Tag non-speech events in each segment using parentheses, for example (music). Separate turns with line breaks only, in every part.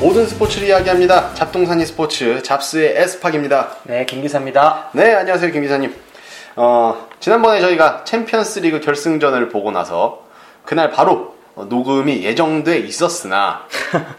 모든 스포츠를 이야기합니다. 잡동사니 스포츠 잡스의 에스팍입니다.
네, 김기사입니다.
네, 안녕하세요, 김 기사님. 어, 지난번에 저희가 챔피언스리그 결승전을 보고 나서 그날 바로 어, 녹음이 예정돼 있었으나
(laughs)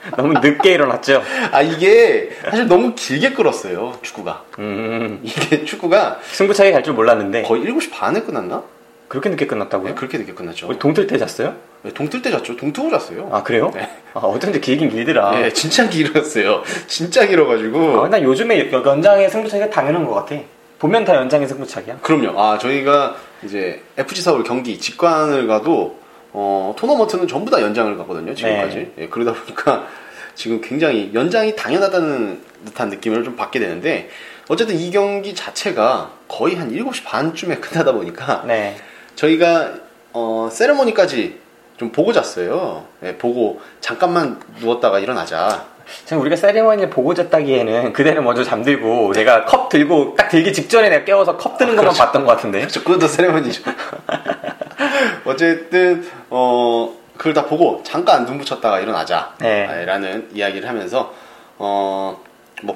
(laughs)
너무 늦게 일어났죠?
아 이게 사실 너무 길게 끌었어요 축구가
음,
이게 축구가
승부차기 갈 줄 몰랐는데
거의 7시 반에 끝났나? 네,
그렇게 늦게 끝났다고요?
그렇게 늦게 끝났죠. 네,
우리 동틀 때 잤어요?
동뜰 때 잤죠. 동트고 잤어요.
아, 그래요?
네.
아, 어쩐지 길긴 길더라.
예, 진짜 길었어요. 진짜
아,
길어가지고.
난 요즘에 여- 연장의 승부차기가 당연한 것 같아. 보면 다 연장의 승부차기야.
그럼요. 아 저희가 이제 FC 서울 경기 직관을 가도 어, 토너먼트는 전부 다 연장을 가거든요. 지금까지.
네.
예, 그러다 보니까 지금 굉장히 연장이 당연하다는 듯한 느낌을 좀 받게 되는데 어쨌든 이 경기 자체가 거의 한 7시 반쯤에 (laughs) 끝나다 보니까
네.
저희가 어, 세레모니까지 좀 보고 잤어요. 예, 보고 잠깐만 누웠다가 일어나자.
지금 우리가 세리머니를 보고 잤다기에는 그대는 먼저 잠들고 내가 컵 들고 딱 들기 직전에 내가 깨워서 컵 드는 것만 봤던
(laughs)
것 같은데.
그렇죠. 그것도
(laughs)
세레머니죠. 어쨌든 어 그걸 다 보고 잠깐 눈 붙였다가 일어나자.
네.
아, 라는 이야기를 하면서 어뭐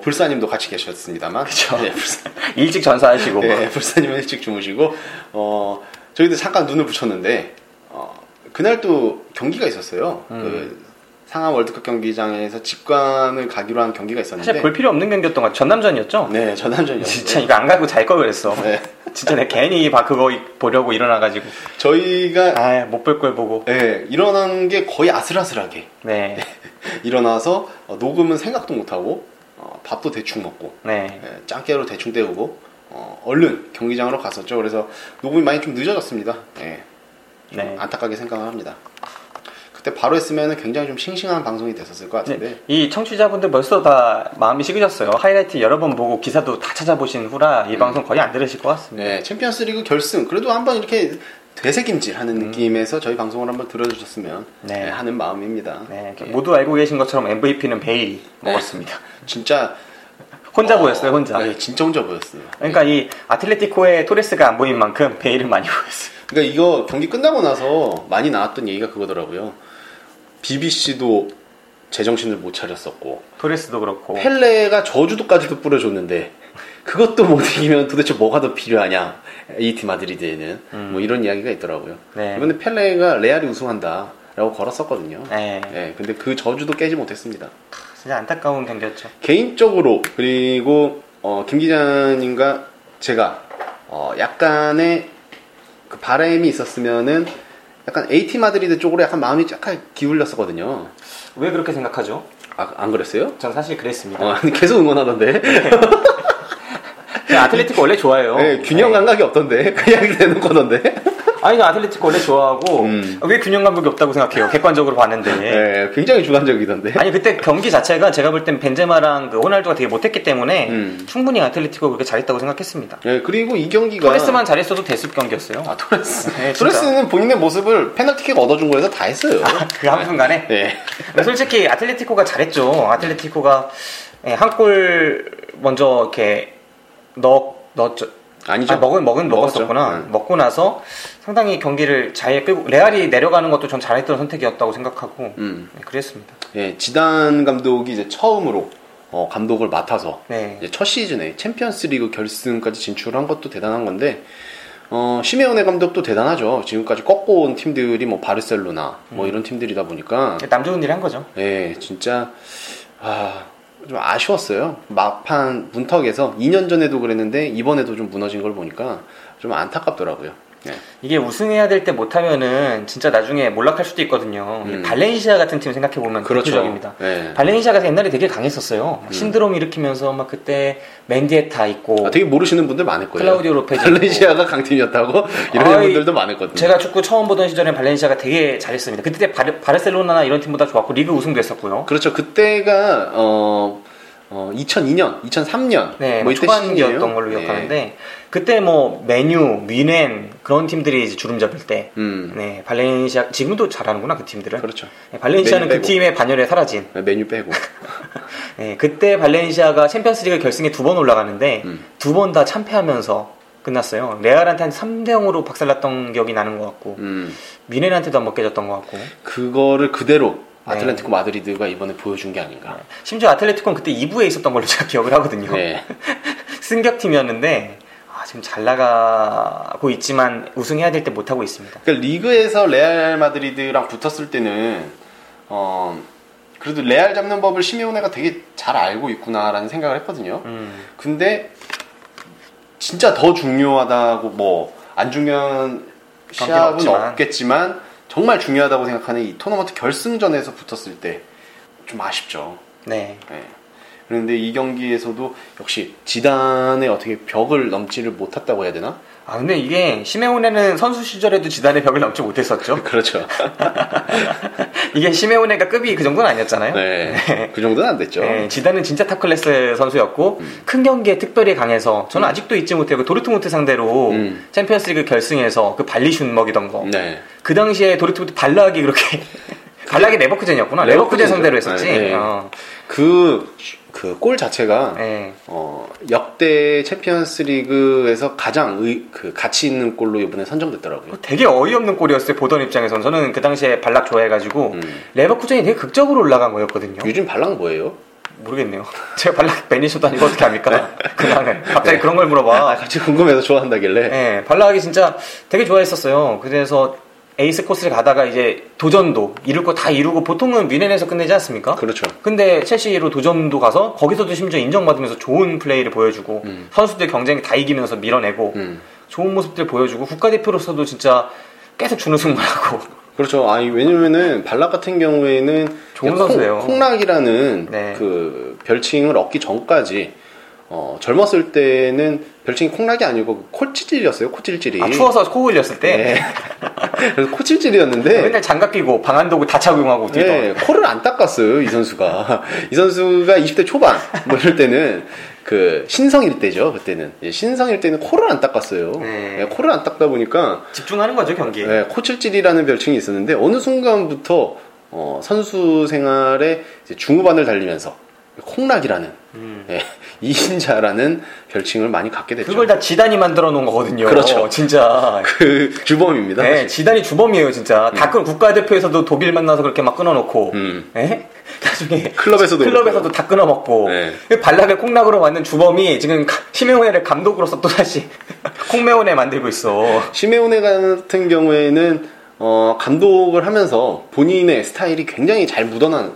불사님도 같이 계셨습니다만. 그렇죠. 불사,
일찍 전사하시고.
네, 불사님은 일찍 주무시고 어 저희도 잠깐 눈을 붙였는데 어 그날 또 경기가 있었어요.
음.
그 상하 월드컵 경기장에서 직관을 가기로 한 경기가 있었는데.
사실 볼 필요 없는 경기였던 것 같아. 전남전이었죠?
네, 전남전이었어요.
진짜 이거 안 갖고 잘 걸 그랬어.
네.
진짜 내가 괜히 막 그거 보려고 일어나가지고.
저희가
아, 못 볼 걸 보고.
네, 일어난 게 거의 아슬아슬하게
네.
일어나서 어, 녹음은 생각도 못하고 어, 밥도 대충 먹고
네.
예, 짱깨로 대충 때우고 어, 얼른 경기장으로 갔었죠. 그래서 녹음이 많이 좀 늦어졌습니다. 예, 좀
네.
안타깝게 생각을 합니다. 그때 바로 했으면 굉장히 좀 싱싱한 방송이 됐었을 것 같은데
네, 이 청취자분들 벌써 다 마음이 식으셨어요. 하이라이트 여러 번 보고 기사도 다 찾아보신 후라 이 방송 거의 안 들으실 것 같습니다.
네, 챔피언스리그 결승 그래도 한번 이렇게 되새김질하는 느낌에서 저희 방송을 한번 들어주셨으면
음. 네.
예, 하는 마음입니다.
네,
예,
모두 알고 계신 것처럼 MVP는 베일이
네.
먹었습니다.
진짜
혼자
어,
보였어요, 혼자.
네, 진짜 혼자 보였어요.
그러니까 이 아틀레티코의 토레스가 안 보인 만큼 베일을 많이 (laughs) 보였어요.
그러니까 이거 경기 끝나고 나서 많이 나왔던 얘기가 그거더라고요. BBC도 제정신을 못 차렸었고
토레스도 그렇고.
펠레가 저주도까지도 뿌려줬는데 그것도 못 이기면 도대체 뭐가 더 필요하냐 AT 마드리드에는 뭐 이런 이야기가 있더라고요.
음. 네.
이번에 펠레가 레알이 우승한다라고 걸었었거든요.
네.
네, 근데 그 저주도 깨지 못했습니다.
진짜 안타까운 경기였죠.
개인적으로 그리고 어, 김 기자님과 제가 어, 약간의 그 바람이 있었으면은 약간 AT 마드리드 쪽으로 약간 마음이 약간 기울였었거든요.
왜 그렇게 생각하죠?
아, 안 그랬어요?
전 사실 그랬습니다.
어, (laughs) 계속 응원하던데.
제가 아틀레티코 원래 좋아해요.
네, 균형
네.
감각이 없던데. (laughs) 그냥 되는 거던데.
아니, 저 아틀레티코 원래 좋아하고
음.
왜 균형 감각이 없다고 생각해요? 객관적으로
(laughs)
봤는데.
네, 굉장히 주관적이던데.
아니 그때 경기 자체가 제가 볼 땐 벤제마랑 그 호날두가 되게 못했기 때문에
음.
충분히 아틀레티코 그렇게 잘했다고 생각했습니다.
네, 그리고 이 경기가
토레스만 잘했어도 됐을 경기였어요.
아, 토레스.
네, 진짜.
토레스는 본인의 모습을 페널티킥 얻어준 거에서 다 했어요.
그 한순간에 그러니까
네.
솔직히 아틀레티코가 잘했죠. 아틀레티코가 예, 한 골 먼저 이렇게 넣 넣었죠.
아니죠.
아, 먹은 먹은
먹었죠.
먹었었구나.
네.
먹고 나서 상당히 경기를 잘 끌고 레알이 내려가는 것도 전 잘했던 선택이었다고 생각하고
음.
네, 그랬습니다.
예, 지단 감독이 이제 처음으로 어, 감독을 맡아서
네.
이제 첫 시즌에 챔피언스리그 결승까지 진출한 것도 대단한 건데 어, 시메오네 감독도 대단하죠. 지금까지 꺾고 온 팀들이 뭐 바르셀로나
음.
뭐 이런 팀들이다 보니까
남 좋은 일 한 거죠.
예, 진짜 아, 좀 아쉬웠어요. 막판 문턱에서 2년 전에도 그랬는데 이번에도 좀 무너진 걸 보니까 좀 안타깝더라고요. 예.
이게 우승해야 될 때 못하면은 진짜 나중에 몰락할 수도 있거든요.
음.
발렌시아 같은 팀 생각해 보면 그렇죠. 대표적입니다.
예. 음.
발렌시아가 옛날에 되게 강했었어요. 막 신드롬 일으키면서 막 그때 맨디에타 있고
아, 되게 모르시는 분들 많을 거예요.
클라우디오 로페즈 있고.
발렌시아가 강팀이었다고 이런
아이,
분들도 많았거든요.
제가 축구 처음 보던 시절에 발렌시아가 되게 잘했습니다. 그때 바르, 바르셀로나나 이런 팀보다 좋았고 리그 우승도 했었고요.
그렇죠. 그때가 어, 2002년, 2003년
네,
뭐 이때 시즌이에요. 네.
초반기였던 걸로 기억하는데 그때 뭐 메뉴, 뮌헨 그런 팀들이 이제 주름잡을 때
네. 음,
네, 발렌시아 지금도 잘하는구나 그 팀들은.
그렇죠.
네, 발렌시아는
메뉴 빼고.
그 팀의 반열에 사라진
메뉴 빼고.
네, 그때 발렌시아가 챔피언스리그 결승에 두 번 올라가는데
음.
두 번 다 참패하면서 끝났어요. 레알한테 한 3대 0으로 박살났던 기억이 나는 것 같고
음,
미네한테도 안 먹게졌던 것 같고
그거를 그대로 아틀레티코 마드리드가 이번에 보여준 게 아닌가.
심지어 아틀레티코는 그때 2부에 있었던 걸로 (laughs) 제가 기억을 하거든요.
네.
승격팀이었는데 아, 지금 잘 나가고 있지만 우승해야 될 때 못하고 있습니다.
그러니까 리그에서 레알 마드리드랑 붙었을 때는 어 그래도 레알 잡는 법을 시메오네가 되게 잘 알고 있구나라는 생각을 했거든요.
음,
근데 진짜 더 중요하다고 뭐 안 중요한 시합은
없지만.
없겠지만 정말 중요하다고 생각하는 이 토너먼트 결승전에서 붙었을 때 좀 아쉽죠.
네.
예. 그런데 이 경기에서도 역시 지단의 어떻게 벽을 넘지를 못했다고 해야 되나?
아 근데 이게 시메오네는 선수 시절에도 지단의 벽을 넘지 못했었죠.
그렇죠.
이게 시메오네가 급이 그 정도는 아니었잖아요.
네. 그 정도는 안 됐죠. 음.
네, 지단은 진짜 탑클래스 선수였고 큰 경기에 특별히 강해서 저는 아직도 잊지 못해요. 그 도르트문트 상대로
음.
챔피언스리그 결승에서 그 발리슛 먹이던 거.
네.
그 당시에 도르트문트 발락이 그렇게 (laughs) 발락이 레버쿠젠이었구나. 레버쿠젠
레버쿠젠이죠.
상대로 했었지.
네, 네.
어,
그, 그 골 자체가,
네.
어, 역대 챔피언스 리그에서 가장 의- 그 가치 있는 골로 이번에 선정됐더라고요.
그거 뭐 되게 어이없는 골이었어요. 보던 입장에선 저는 그 당시에 발락 좋아해가지고
음.
레버쿠젠이 되게 극적으로 올라간 거였거든요.
요즘 발랑 뭐예요?
모르겠네요. (laughs) 제가 발락 베니쇼도 아니고 어떻게 합니까? 그날은 갑자기 그런 걸
네. 아,
물어봐.
갑자기 궁금해서 좋아한다길래.
예, 발락이 진짜 되게 좋아했었어요. 그래서 에이스 코스를 가다가 이제 도전도 이룰 거 다 이루고 보통은 뮌헨에서 끝내지 않습니까?
그렇죠.
근데 첼시로 도전도 가서 거기서도 심지어 인정받으면서 좋은 플레이를 보여주고 선수들 경쟁 다 이기면서 밀어내고
음.
좋은 모습들 보여주고 국가대표로서도 진짜 계속 준우승만 하고
그렇죠. 아니, 왜냐면은, 발락 같은 경우에는.
좋은
콩-
선수예요.
콩락이라는
네.
그 별칭을 얻기 전까지, 어, 젊었을 때는 별칭이 콩락이 아니고 그 코치질이었어요, 코찔질이.
아, 추워서 코 흘렸을 때
네. (laughs) 그래서 코찔질이었는데.
맨날 장갑 끼고 방한도구 다 착용하고 뛰던
예, 코를 안 닦았어요, 이 선수가. 이 선수가 20대 초반, 뭐 이럴 때는, 그, 신성일 때죠, 그때는. 예, 신성일 때는 코를 안 닦았어요.
네.
예, 코를 안 닦다 보니까,
집중하는 거죠 경기에
예, 코칠질이라는 별칭이 있었는데, 어느 순간부터, 어, 선수 생활에 이제 중후반을 달리면서, 콩락이라는,
음.
예, (laughs) 이인자라는 별칭을 많이 갖게 됐죠.
그걸 다 지단이 만들어 놓은 거거든요
그렇죠.
진짜
그 주범입니다.
네, 지단이 주범이에요 진짜 다 끈, 국가대표에서도 독일 만나서 그렇게 막 끊어놓고
음.
예? (laughs) 나중에
클럽에서도
클럽에서도
그렇고요.
다 끊어먹고
네.
발락을 콩락으로 만든 주범이 지금 시메오네를 감독으로서 또다시 (laughs) 콩메오네 만들고 있어
시메오네 같은 경우에는 어, 감독을 하면서 본인의 스타일이 굉장히 잘 묻어난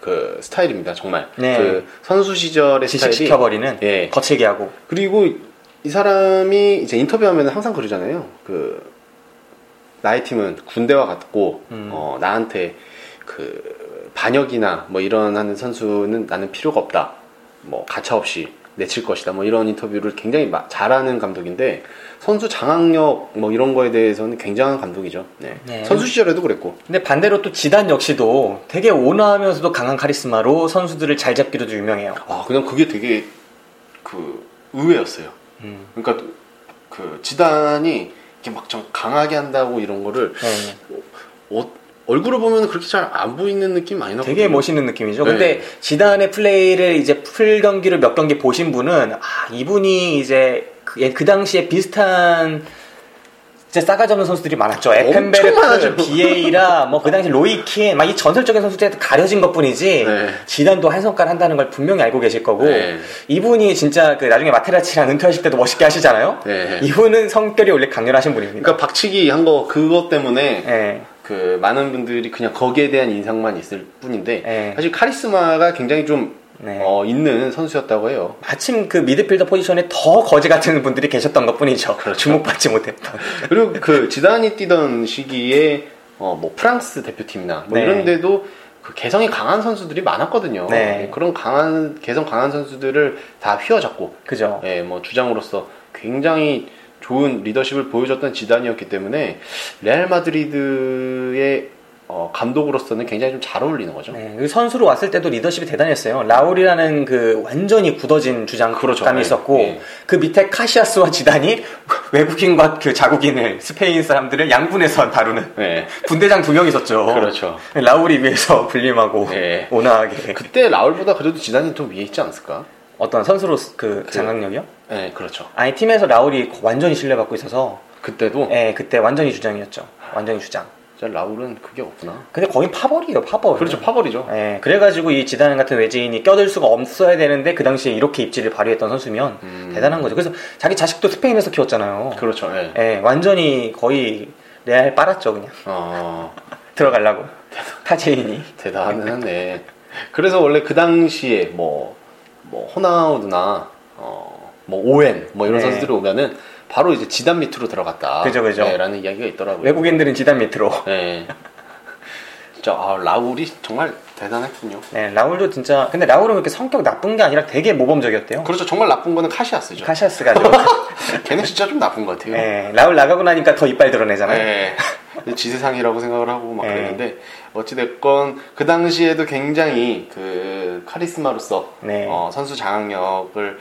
그 스타일입니다. 정말
네.
그 선수 시절의 스타일이
지식시켜버리는
예.
거칠게 하고
그리고 이 사람이 이제 인터뷰하면 항상 그러잖아요. 그 나의 팀은 군대와 같고
음.
어, 나한테 그 반역이나 뭐 이런 하는 선수는 나는 필요가 없다. 뭐 가차 없이 내칠 것이다. 뭐 이런 인터뷰를 굉장히 마- 잘하는 감독인데 선수 장악력 뭐 이런 거에 대해서는 굉장한 감독이죠. 네.
네.
선수 시절에도 그랬고.
근데 반대로 또 지단 역시도 되게 온화하면서도 강한 카리스마로 선수들을 잘 잡기로도 유명해요.
아 그냥 그게 되게 그 의외였어요.
음.
그러니까 그 지단이 이렇게 막 좀 강하게 한다고 이런 거를
네.
어- 얼굴을 보면 그렇게 잘 안 보이는 느낌 많이 나거든요.
되게 멋있는 느낌이죠.
네.
근데 지단의 플레이를 이제 풀 경기를 몇 경기 보신 분은 아 이분이 이제 그, 예, 그 당시에 비슷한 진짜 싸가지 없는 선수들이 많았죠.
엄청
에펜베르크,
많았죠.
비에이라, 뭐 그 당시 로이킨, 막 이 전설적인 선수들한테 가려진 것뿐이지
네.
지단도 한 성깔 한다는 걸 분명히 알고 계실 거고
네.
이분이 진짜 그 나중에 마테라치랑 은퇴하실 때도 멋있게 하시잖아요.
네.
이분은 성격이 원래 강렬하신 분입니다.
그러니까 박치기 한 거 그것 때문에
예.
그 많은 분들이 그냥 거기에 대한 인상만 있을 뿐인데
네.
사실 카리스마가 굉장히 좀
네.
어, 있는 선수였다고 해요.
마침 그 미드필더 포지션에 더 거지 같은 분들이 계셨던 것 뿐이죠.
그렇죠.
주목받지 못했던.
그리고 그 지단이 뛰던 시기에 어, 뭐 프랑스 대표팀이나 뭐
네.
이런데도 그 개성이 강한 선수들이 많았거든요. 예,
네.
그런 강한 개성 강한 선수들을 다 휘어잡고
그죠.
예, 뭐 주장으로서 굉장히 좋은 리더십을 보여줬던 지단이었기 때문에 레알 마드리드의 어, 감독으로서는 굉장히 좀 잘 어울리는 거죠.
네, 그 선수로 왔을 때도 리더십이 대단했어요. 라울이라는 그 완전히 굳어진 주장감이
그렇죠. 네.
있었고
네.
그 밑에 카시아스와 지단이 (laughs) 외국인과 그 자국인을 스페인 사람들을 양분해서 다루는
예.
분대장 두 명 있었죠.
그렇죠.
라울이 위에서 (laughs) 불림하고
네.
온화하게
그때 라울보다 그래도 지단이 좀 위에 있지 않았을까?
어떤 선수로 그 장악력이요?
예, 그렇죠.
아니 팀에서 라울이 완전히 신뢰받고 있어서
그때도
네. 예, 그때 완전히 주장이었죠. 완전히 주장.
진짜 라울은 그게 없구나.
근데 거긴 파벌이에요, 파벌.
그렇죠, 파벌이죠.
예, 그래가지고 이 지단 같은 외지인이 껴들 수가 없어야 되는데 그 당시에 이렇게 입지를 발휘했던 선수면 대단한 거죠. 그래서 자기 자식도 스페인에서 키웠잖아요.
음. 그렇죠. 예.
예, 완전히 거의 레알 빨았죠, 그냥.
어,
들어가려고. 타제인이.
대단하네. 그래서 원래 그 당시에 뭐, 뭐 호나우드나 어, 뭐 오웬 뭐 이런
네.
선수들이 오면은 바로 이제 지단 밑으로 들어갔다.
그죠, 그죠.
네, 라는 이야기가 있더라고요.
외국인들은 지단 밑으로.
네. 진짜 아, 라울이 정말 대단했군요.
네, 라울도 진짜. 근데 라울은 그렇게 성격 나쁜 게 아니라 되게 모범적이었대요.
그렇죠. 정말 나쁜 거는 카시아스죠.
카시아스가. 아주.
(laughs) 걔는 진짜 좀 나쁜 것 같아요.
예, 라울 나가고 나니까 더 이빨 드러내잖아요.
예. (laughs) 지세상이라고 생각을 하고 막
예.
그랬는데 어찌됐건 그 당시에도 굉장히 그 카리스마로서
네.
어, 선수 장악력을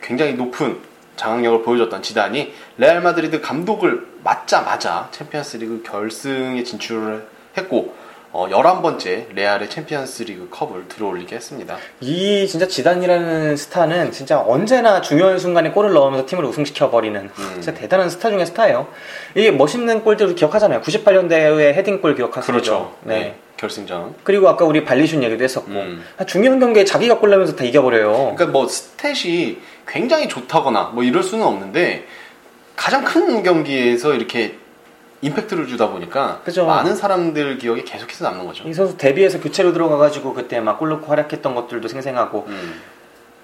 굉장히 높은 장악력을 보여줬던 지단이 레알 마드리드 감독을 맞자마자 챔피언스리그 결승에 진출을 했고 어, 11번째 레알의 챔피언스리그 컵을 들어올리게 했습니다.
이 진짜 지단이라는 스타는 진짜 언제나 중요한 순간에 골을 넣으면서 팀을 우승시켜버리는
음.
진짜 대단한 스타 중에 스타예요. 이게 멋있는 골들을 기억하잖아요. 98년대의 헤딩골 기억하시죠?
네.
네.
결승전.
그리고 아까 우리 발리슛 얘기도 했었고
음.
아, 중요한 경기에 자기가 골 내면서 다 이겨버려요.
그러니까 뭐 스탯이 굉장히 좋다거나 뭐 이럴 수는 없는데 가장 큰 경기에서 이렇게 임팩트를 주다 보니까
그죠.
많은 사람들 기억에 계속해서 남는 거죠.
이 선수 데뷔해서 교체로 들어가가지고 그때 막 골 넣고 활약했던 것들도 생생하고
음.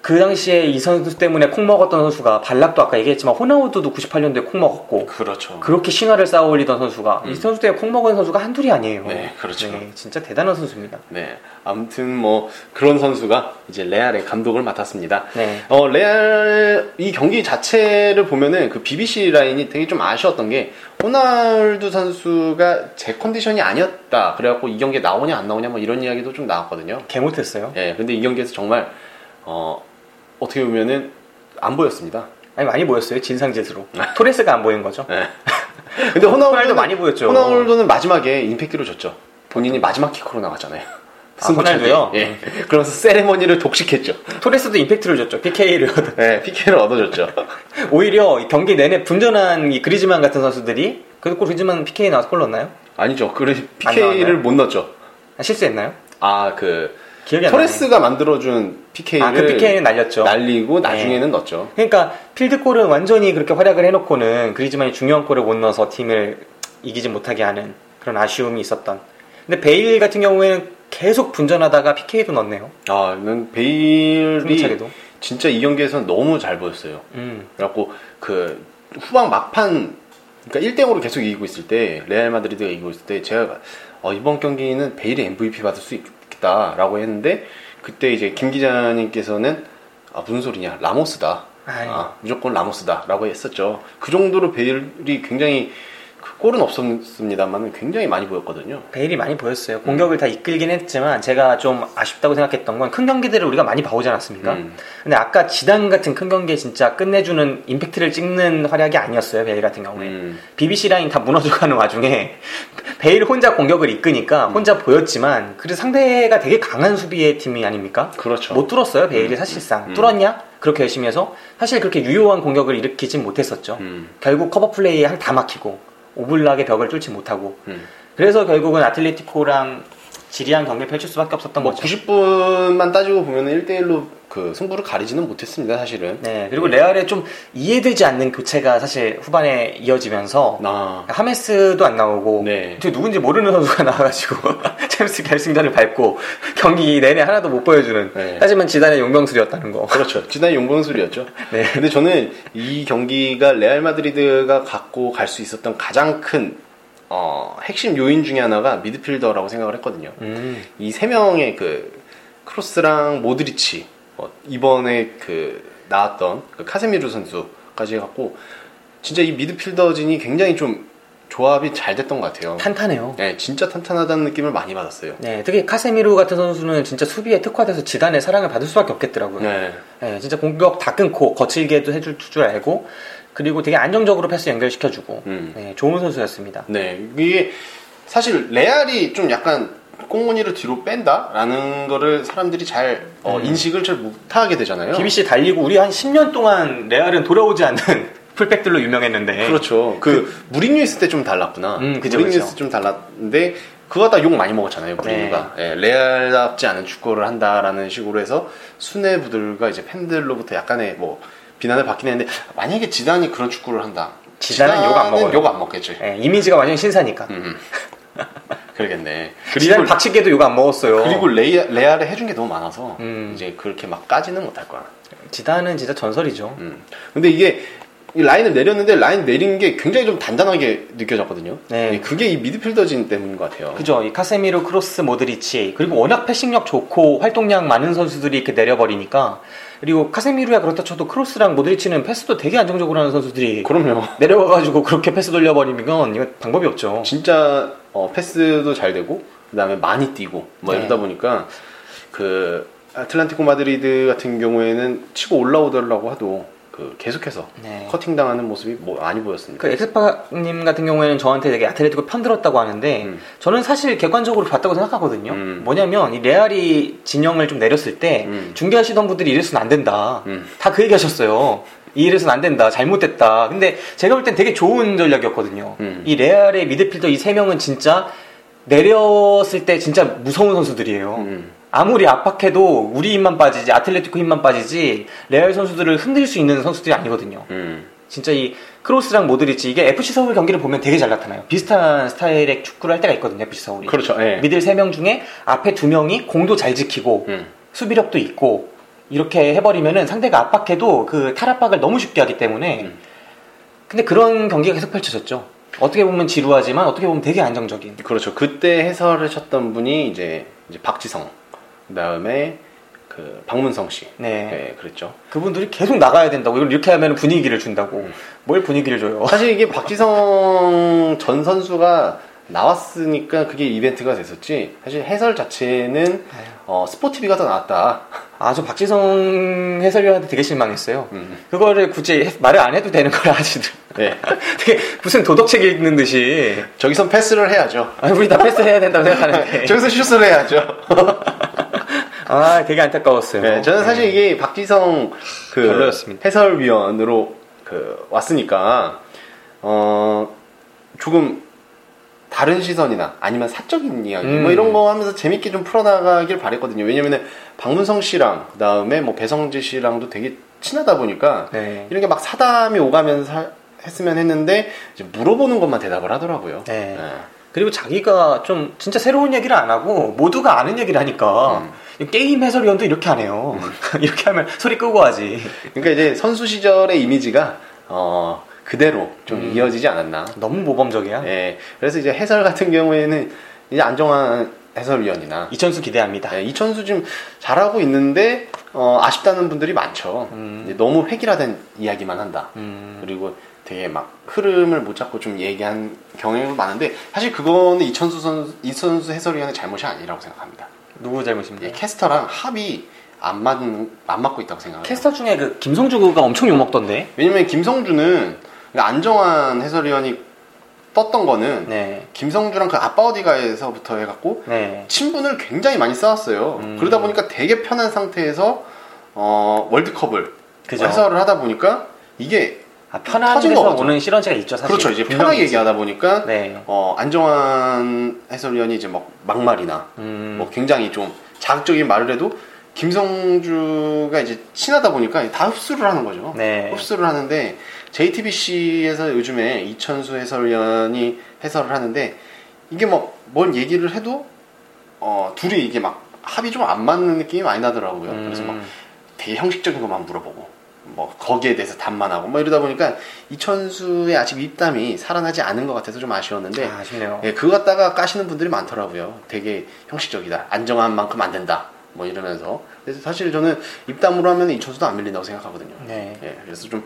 그 당시에 이 선수 때문에 콩 먹었던 선수가 발락도 아까 얘기했지만 호나우두도 98년도에 콩 먹었고
그렇죠.
그렇게 신화를 쌓아 올리던 선수가 이 선수 때문에 콩 먹은 선수가 한둘이 아니에요.
음. 네, 그렇죠.
진짜 대단한 선수입니다.
네. 아무튼 뭐 그런 선수가 이제 레알의 감독을 맡았습니다.
네.
어, 레알 이 경기 자체를 보면은 그 BBC 라인이 되게 좀 아쉬웠던 게 호날두 선수가 제 컨디션이 아니었다. 그래갖고 이 경기에 나오냐 안 나오냐 뭐 이런 이야기도 좀 나왔거든요.
개 못했어요.
예, 근데 이 경기에서 정말 어, 어떻게 보면은 안 보였습니다.
아니 많이 보였어요.
(laughs)
진상짓으로. 토레스가 안 보인 거죠.
예. (laughs) 근데
호날두
호나우도는
많이 보였죠.
호나우도는 마지막에 임팩트로 졌죠. 본인이 마지막 킥으로 나갔잖아요.
아,
승부차게.
호날두요? 음.
예. 그러면서 세레머니를 독식했죠.
토레스도 임팩트를 줬죠. PK를. (laughs)
예, PK를 얻어줬죠.
오히려 이 경기 내내 분전한 이 그리즈만 같은 선수들이 그래도 골 그리즈만 PK 나와서 골 넣었나요?
아니죠. 그래 PK를
나왔나요?
못 넣었죠.
아, 실수했나요?
아, 그
기억이 안 나요.
토레스가 만들어준 PK를
아, 그 PK는 날렸죠.
날리고 나중에는 넣었죠.
그러니까 필드골은 완전히 그렇게 활약을 해놓고는 그리즈만이 중요한 골을 못 넣어서 팀을 이기지 못하게 하는 그런 아쉬움이 있었던. 근데 베일 같은 경우에는 계속 분전하다가 PK도 넣었네요.
아, 는 베일이
승부차기도.
진짜 이 경기에서는 너무 잘 보였어요.
음.
그래갖고 그 후방 막판 그러니까 1대0으로 계속 이기고 있을 때 레알 마드리드가 이기고 있을 때 제가 어, 이번 경기는 베일이 MVP 받을 수 있겠다라고 했는데 그때 이제 김 기자님께서는 아 무슨 소리냐 라모스다
아이.
아, 무조건 라모스다라고 했었죠 그 정도로 베일이 굉장히 그 골은 없었습니다만 굉장히 많이 보였거든요
베일이 많이 보였어요. 공격을 다 이끌긴 했지만 제가 좀 아쉽다고 생각했던 건 큰 경기들을 우리가 많이 봐오지 않았습니까?
음.
근데 아까 지단 같은 큰 경기에 진짜 끝내주는 임팩트를 찍는 활약이 아니었어요. 베일 같은 경우에.
음.
BBC 라인 다 무너져가는 와중에 베일 혼자 공격을 이끄니까 혼자 보였지만 그래도 상대가 되게 강한 수비의 팀이 아닙니까?
그렇죠
못 뚫었어요 베일이 사실상
음.
뚫었냐? 그렇게 열심히 해서 사실 그렇게 유효한 공격을 일으키진 못했었죠
음.
결국 커버 플레이에 한- 다 막히고 오블락의 벽을 뚫지 못하고
음.
그래서 결국은 아틀레티코랑 지리한 경기를 펼칠 수밖에 없었던
뭐
거죠
90분만 따지고 보면 1대1로 그 승부를 가리지는 못했습니다 사실은
네 그리고 레알의 좀 이해되지 않는 교체가 사실 후반에 이어지면서
아,
하메스도 안 나오고
네.
저 누군지 모르는 선수가 (laughs) 나와가지고 챔스 결승전을 밟고 경기 내내 하나도 못 보여주는
네.
하지만 지단의 용병술이었다는 거
그렇죠. 지난해 용병술이었죠.
(laughs) 네.
근데 저는 이 경기가 레알 마드리드가 갖고 갈 수 있었던 가장 큰 어, 핵심 요인 중에 하나가 미드필더라고 생각을 했거든요.
음,
이 세 명의 그 크로스랑 모드리치 어, 이번에 그 나왔던 그 카세미르 선수까지 해갖고 진짜 이 미드필더진이 굉장히 좀 조합이 잘 됐던 것 같아요.
탄탄해요
네, 진짜 탄탄하다는 느낌을 많이 받았어요.
네, 특히 카세미로 같은 선수는 진짜 수비에 특화돼서 지단의 사랑을 받을 수밖에 없겠더라고요. 네.
네.
진짜 공격 다 끊고 거칠게도 해줄 줄 알고 그리고 되게 안정적으로 패스 연결시켜주고
음.
네, 좋은 선수였습니다.
네, 이게 사실 레알이 좀 약간 꽁무니를 뒤로 뺀다라는 거를 사람들이 잘
네.
어, 인식을 잘 못하게 되잖아요.
BBC 달리고 우리 한 10년 동안 레알은 돌아오지 않는 (laughs) 풀백들로 유명했는데
그렇죠. 그, 무리뉴 있을 때 좀 달랐구나.
네. 음, 그죠,
무리뉴
그죠.
있을 때 좀 달랐는데 그거 갖다 욕 많이 먹었잖아요. 무리뉴가
네.
예, 레알답지 않은 축구를 한다라는 식으로 해서 수뇌부들과 이제 팬들로부터 약간의 뭐 비난을 받긴 했는데 만약에 지단이 그런 축구를 한다.
지단은 욕안 먹어요.
욕안 먹겠지.
예, 이미지가 완전 히 신사니까.
음. 그러겠네.
지난
그리고,
박치기도 욕 안 먹었어요.
그리고 레이, 레알에 해준 게 너무 많아서
음.
이제 그렇게 막 까지는 못할 거야.
지단은 진짜 전설이죠.
음. 근데 이게 이 라인을 내렸는데 라인 내린 게 굉장히 좀 단단하게 느껴졌거든요.
네.
예, 그게 이 미드필더진 때문인 것 같아요.
그죠? 이 카세미로, 크로스, 모드리치 그리고 워낙 패싱력 좋고 활동량 많은 선수들이 이렇게 내려버리니까 그리고 카세미로야 그렇다 쳐도 크로스랑 모드리치는 패스도 되게 안정적으로 하는 선수들이
그럼요.
내려와가지고 그렇게 패스 돌려버리면 이건 방법이 없죠.
(laughs) 진짜 어, 패스도 잘 되고 그다음에 많이 뛰고 뭐
네.
이러다 보니까 그 아틀란티코 마드리드 같은 경우에는 치고 올라오더라고 하도 그 계속해서
네.
커팅 당하는 모습이 뭐 많이 보였습니다.
그 엑스파님 같은 경우에는 저한테 되게 아틀레티코 편들었다고 하는데
음.
저는 사실 객관적으로 봤다고 생각하거든요.
음.
뭐냐면 이 레알이 진영을 좀 내렸을 때
음.
중계하시던 분들이 이래서는 안 된다.
음.
다 그 얘기 하셨어요. 이래서는 안 된다. 잘못됐다. 근데 제가 볼 땐 되게 좋은 전략이었거든요.
음.
이 레알의 미드필더 이 세 명은 진짜 내렸을 때 진짜 무서운 선수들이에요.
음.
아무리 압박해도 우리 힘만 빠지지 아틀레티코 힘만 빠지지 레알 선수들을 흔들 수 있는 선수들이 아니거든요.
음.
진짜 이 크로스랑 모드리치 이게 FC 서울 경기를 보면 되게 잘 나타나요. 비슷한 스타일의 축구를 할 때가 있거든요. FC 서울이.
그렇죠. 예.
미들 3명 중에 앞에 2명이 공도 잘 지키고
음.
수비력도 있고 이렇게 해버리면은 상대가 압박해도 그 탈압박을 너무 쉽게 하기 때문에
음.
근데 그런 경기가 계속 펼쳐졌죠. 어떻게 보면 지루하지만 어떻게 보면 되게 안정적인.
그렇죠. 그때 해설을 쳤던 분이 이제, 이제 박지성, 그 다음에 그 박문성 씨.
네.
네, 그랬죠.
그분들이 계속 나가야 된다고 이걸 이렇게 하면 분위기를 준다고
음.
뭘 분위기를 줘요.
사실 이게 박지성 전 선수가 나왔으니까 그게 이벤트가 됐었지. 사실 해설 자체는 어, 스포티비가 더 나왔다. (laughs)
아 저 박지성 해설위원한테 되게 실망했어요.
음.
그거를 굳이 해- 말을 안 해도 되는 걸 (laughs) 아시들.
네.
되게 무슨 도덕책 읽는 듯이
저기선 패스를 해야죠.
아, 우리 다 패스해야 된다고 생각하는데
(laughs) 저기서 슛을 해야죠.
아 되게 안타까웠어요.
네, 저는 사실 이게 박지성 그
별로였습니다.
해설위원으로 그 왔으니까 어 조금 다른 시선이나 아니면 사적인 이야기
음.
뭐 이런 거 하면서 재밌게 좀 풀어나가길 바랬거든요. 왜냐면은 박문성 씨랑 그다음에 뭐 배성재 씨랑도 되게 친하다 보니까
네.
이런 게 막 사담이 오가면서 하- 했으면 했는데 이제 물어보는 것만 대답을 하더라고요.
네. 그리고 자기가 좀 진짜 새로운 얘기를 안 하고 모두가 아는 얘기를 하니까
음.
게임 해설위원도 이렇게 안 해요. (laughs) 이렇게 하면 소리 끄고 하지.
그러니까 이제 선수 시절의 이미지가 어 그대로 좀
음.
이어지지 않았나
너무 모범적이야.
예, 그래서 이제 해설 같은 경우에는 이제 안정환 해설위원이나
이천수 기대합니다.
예, 이천수 지금 잘하고 있는데 어, 아쉽다는 분들이 많죠.
음.
이제 너무 획일화된 이야기만 한다.
음,
그리고 되게 막 흐름을 못 잡고 좀 얘기한 경향이 많은데 사실 그거는 이천수 선수, 이천수 해설위원의 잘못이 아니라고 생각합니다.
누구 잘못입니까?
예, 캐스터랑 합이 안, 맞, 안 맞고 있다고 생각합니다.
캐스터 중에 그 김성주가 엄청 욕먹던데.
왜냐면 김성주는 그 안정환 해설위원이 떴던 거는
네.
김성주랑 그 아빠 어디가에서부터 해갖고
네.
친분을 굉장히 많이 쌓았어요.
음.
그러다 보니까 되게 편한 상태에서 어, 월드컵을
그죠.
해설을 하다 보니까 이게
아, 편한
터진 거
데서
같죠.
오는 실언체가 있죠, 사실.
그렇죠. 이제
분명히
편하게
있죠.
얘기하다 보니까
네.
어, 안정환 해설위원이 이제 막 막말이나
음.
뭐 굉장히 좀 자극적인 말을 해도 김성주가 이제 친하다 보니까 다 흡수를 하는 거죠.
네.
흡수를 하는데 JTBC에서 요즘에 이천수 해설위원이 해설을 하는데 이게 뭐 뭔 얘기를 해도 어 둘이 이게 막 합이 좀 안 맞는 느낌이 많이 나더라고요.
음.
그래서 막 되게 형식적인 것만 물어보고 뭐 거기에 대해서 답만하고 뭐 이러다 보니까 이천수의 아직 입담이 살아나지 않은 것 같아서 좀 아쉬웠는데
아, 아쉽네요.
예, 그거 갖다가 까시는 분들이 많더라고요. 되게 형식적이다. 안정한 만큼 안 된다. 뭐 이러면서. 그래서 사실 저는 입담으로 하면 이천수도 안 밀린다고 생각하거든요.
네.
예, 그래서 좀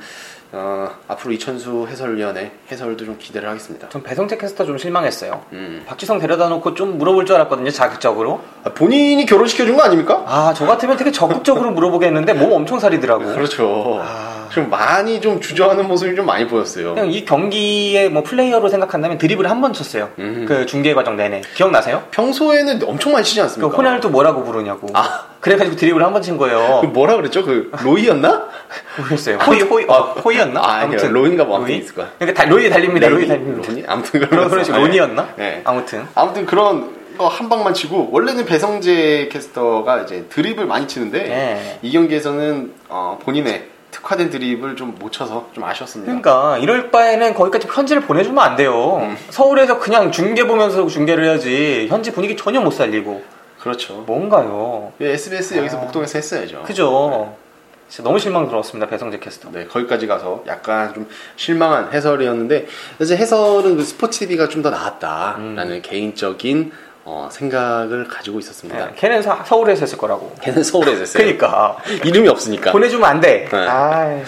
어, 앞으로 이천수 해설위원회 해설도 좀 기대를 하겠습니다.
전 배성재 캐스터 좀 실망했어요.
음.
박지성 데려다 놓고 좀 물어볼 줄 알았거든요, 자극적으로.
아, 본인이 결혼시켜준 거 아닙니까?
아, 저 같으면 되게 적극적으로 물어보겠는데 몸 엄청 사리더라고.
그렇죠.
아, 네. 아.
좀 많이 좀 주저하는 모습이 좀 많이 보였어요.
그냥 이 경기의 뭐 플레이어로 생각한다면 드립을 한 번 쳤어요.
음.
그 중계 과정 내내. 기억나세요?
평소에는 엄청 많이 치지
그
않습니까?
호날두 뭐라고 부르냐고.
그러니까. 아.
그래가지고 드립을 한 번 친 거예요.
그 뭐라 그랬죠? 그 로이였나?
(laughs) 모르겠어요. 호이 호이 어, 호이였나?
아, 아니요. 로인가 뭐 아무튼 있을 거야.
그러니까 다, 로이 달립니다.
로니?
로이 달립니다.
로니? 아무튼
그런 그런 식으로
예.
로니였나?
네.
아무튼
아무튼 그런 거 한 방만 치고 원래는 배성재 캐스터가 이제 드립을 많이 치는데
네.
이 경기에서는 어, 본인의 특화된 드립을 좀 못 쳐서 좀 아쉬웠습니다.
그러니까 이럴 바에는 거기까지 편지를 보내주면 안 돼요. 서울에서 그냥 중계 보면서 중계를 해야지 현지 분위기 전혀 못 살리고
그렇죠.
뭔가요?
예, SBS 여기서 목동에서 했어야죠.
아. 그죠? 진짜 너무 실망스러웠습니다 배성재 캐스터.
네, 거기까지 가서 약간 좀 실망한 해설이었는데 사실 해설은 그 스포츠 TV가 좀 더
음.
나았다라는 개인적인 어, 생각을 가지고 있었습니다.
네, 걔는 사- 서울에서 했을 거라고.
걔는 서울에서 했어요.
그러니까
이름이 없으니까.
보내주면 안 돼.
네.
아이.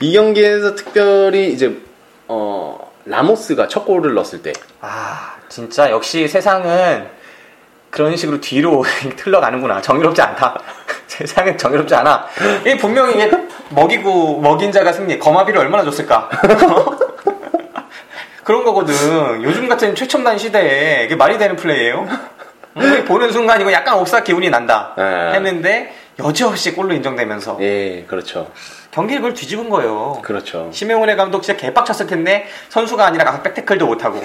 이 경기에서 특별히 이제 어, 라모스가 첫 골을 넣었을 때
아 진짜 역시 세상은 그런 식으로 뒤로 (laughs) 틀러가는구나 정의롭지 않다 (laughs) 세상은 정의롭지 않아 이 분명히 이게 먹이고 먹인 자가 승리 거마비를 얼마나 줬을까 (laughs) 그런 거거든 요즘 같은 최첨단 시대에 이게 말이 되는 플레이예요 음, 보는 순간 이거 약간 옥사 기운이 난다
네.
했는데 여지없이 골로 인정되면서
예, 그렇죠.
경기를 그걸 뒤집은 거예요
그렇죠.
심혜원의 감독 진짜 개빡쳤을 텐데 선수가 아니라 가서 백태클도 못하고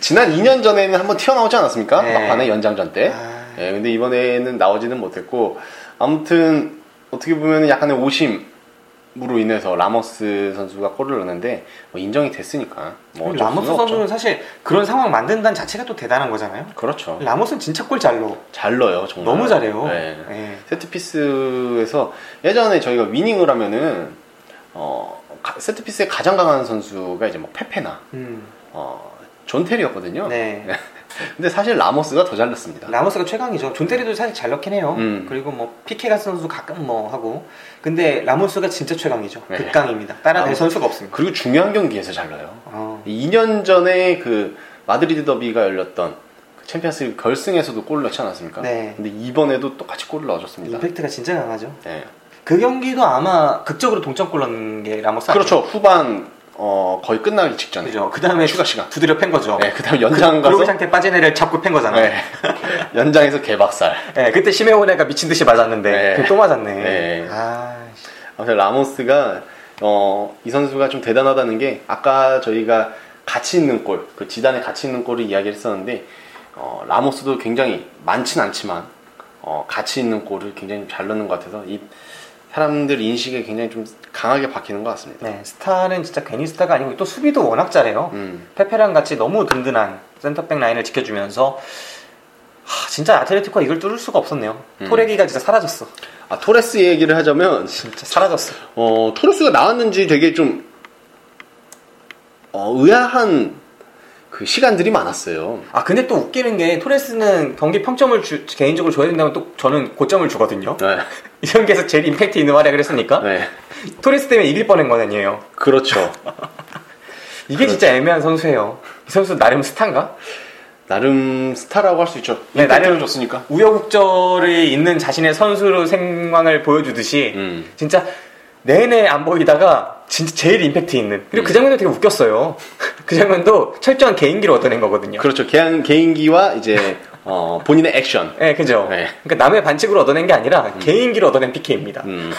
지난 2년 전에는 한번 튀어나오지 않았습니까?
아. 네.
막판에 연장전 때.
아.
예, 근데 이번에는 나오지는 못했고 아무튼 어떻게 보면 약간의 오심으로 인해서 라모스 선수가 골을 넣는데 뭐 인정이 됐으니까. 뭐 어쩔
라모스
수는 없죠.
선수는 사실 그런 상황 만든다는 자체가 또 대단한 거잖아요.
그렇죠.
라모스는 진짜 골 잘 넣어.
잘 넣어요, 정말.
너무 잘해요.
예.
예.
세트피스에서 예전에 저희가 위닝을 하면은 어, 가- 세트피스의 가장 강한 선수가 이제 뭐 페페나
음.
어, 존 테리였거든요.
네.
근데 사실 라모스가 더 잘났습니다.
라모스가 최강이죠. 존 테리도 사실 잘 넣긴 해요.
음.
그리고 뭐 피케 같은 선수도 가끔 뭐 하고. 근데 라모스가 진짜 최강이죠.
네.
극강입니다. 따라갈
라모스.
선수가 없습니다.
그리고 중요한 경기에서 잘나요.
어.
2년 전에 그 마드리드 더비가 열렸던 그 챔피언스리그 결승에서도 골을 넣지 않았습니까?
네.
근데 이번에도 똑같이 골을 넣어줬습니다.
임팩트가 진짜 강하죠.
네.
그 경기도 아마 극적으로 동점골 넣은 게 라모스 아니에요?
그렇죠. 후반 어, 거의 끝나기 직전에
그죠. 그 다음에
추가 시간.
두드려 팬 거죠.
네, 그다음 연장
그러고
가서
상태 빠진 애를 잡고 팬 거잖아요.
네. (laughs) 연장에서 개박살.
네, 그때 심해오네가 미친 듯이 맞았는데
네.
그또 맞았네.
네.
아,
아무튼 라모스가 어, 이 선수가 좀 대단하다는 게 아까 저희가 같이 있는 골, 그 지단에 같이 있는 골을 이야기했었는데 어, 라모스도 굉장히 많진 않지만 어, 같이 있는 골을 굉장히 잘 넣는 것 같아서 이 사람들 인식에 굉장히 좀 강하게 박히는 것 같습니다.
네, 스타는 진짜 괜히 스타가 아니고 또 수비도 워낙 잘해요.
음,
페페랑 같이 너무 든든한 센터백 라인을 지켜주면서 하, 진짜 아틀레티코가 이걸 뚫을 수가 없었네요.
음.
토레기가 진짜 사라졌어.
아 토레스 얘기를 하자면
진짜 사라졌어.
어, 토레스가 나왔는지 되게 좀 어, 의아한 그 시간들이 많았어요.
아 근데 또 웃기는 게 토레스는 경기 평점을 주- 개인적으로 줘야 된다면 또 저는 고점을 주거든요. (laughs)
네,
이 경기에서 제일 임팩트 있는 활약을 했으니까
네.
토레스 때문에 이길 뻔한 건 아니에요.
그렇죠.
이게 진짜 애매한 선수예요. 이 선수 나름 스타인가?
나름 스타라고 할 수 있죠.
네, 나름-
임팩트를 줬으니까.
우여곡절이 있는 자신의 선수로 생황을 보여주듯이
음.
진짜 내내 안 보이다가 진짜 제일 임팩트 있는 그리고
음.
그 장면도 되게 웃겼어요 (laughs) 그 장면도 철저한 개인기를 얻어낸 거거든요
그렇죠. 개인, 개인기와 이제 어, 본인의 액션.
네, 그죠
네.
그러니까 남의 반칙으로 얻어낸 게 아니라 개인기를 얻어낸 PK입니다 (laughs)
음.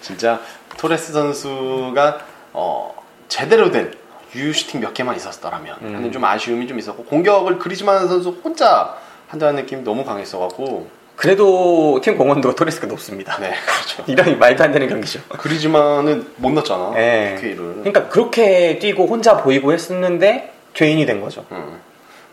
진짜 토레스 선수가 어, 제대로 된 유슈팅 몇 개만 있었더라면
음.
하는 좀 아쉬움이 좀 있었고 공격을 그리지만 선수 혼자 한다는 느낌이 너무 강했어갖고
그래도 팀 공헌도가 토레스가 높습니다
네 (laughs) 그렇죠.
(laughs) 이런 말도 안 되는 경기죠
그리지만은 못 넣었잖아.
네.
PK를.
그러니까 그렇게 뛰고 혼자 보이고 했었는데 죄인이 된 거죠
음,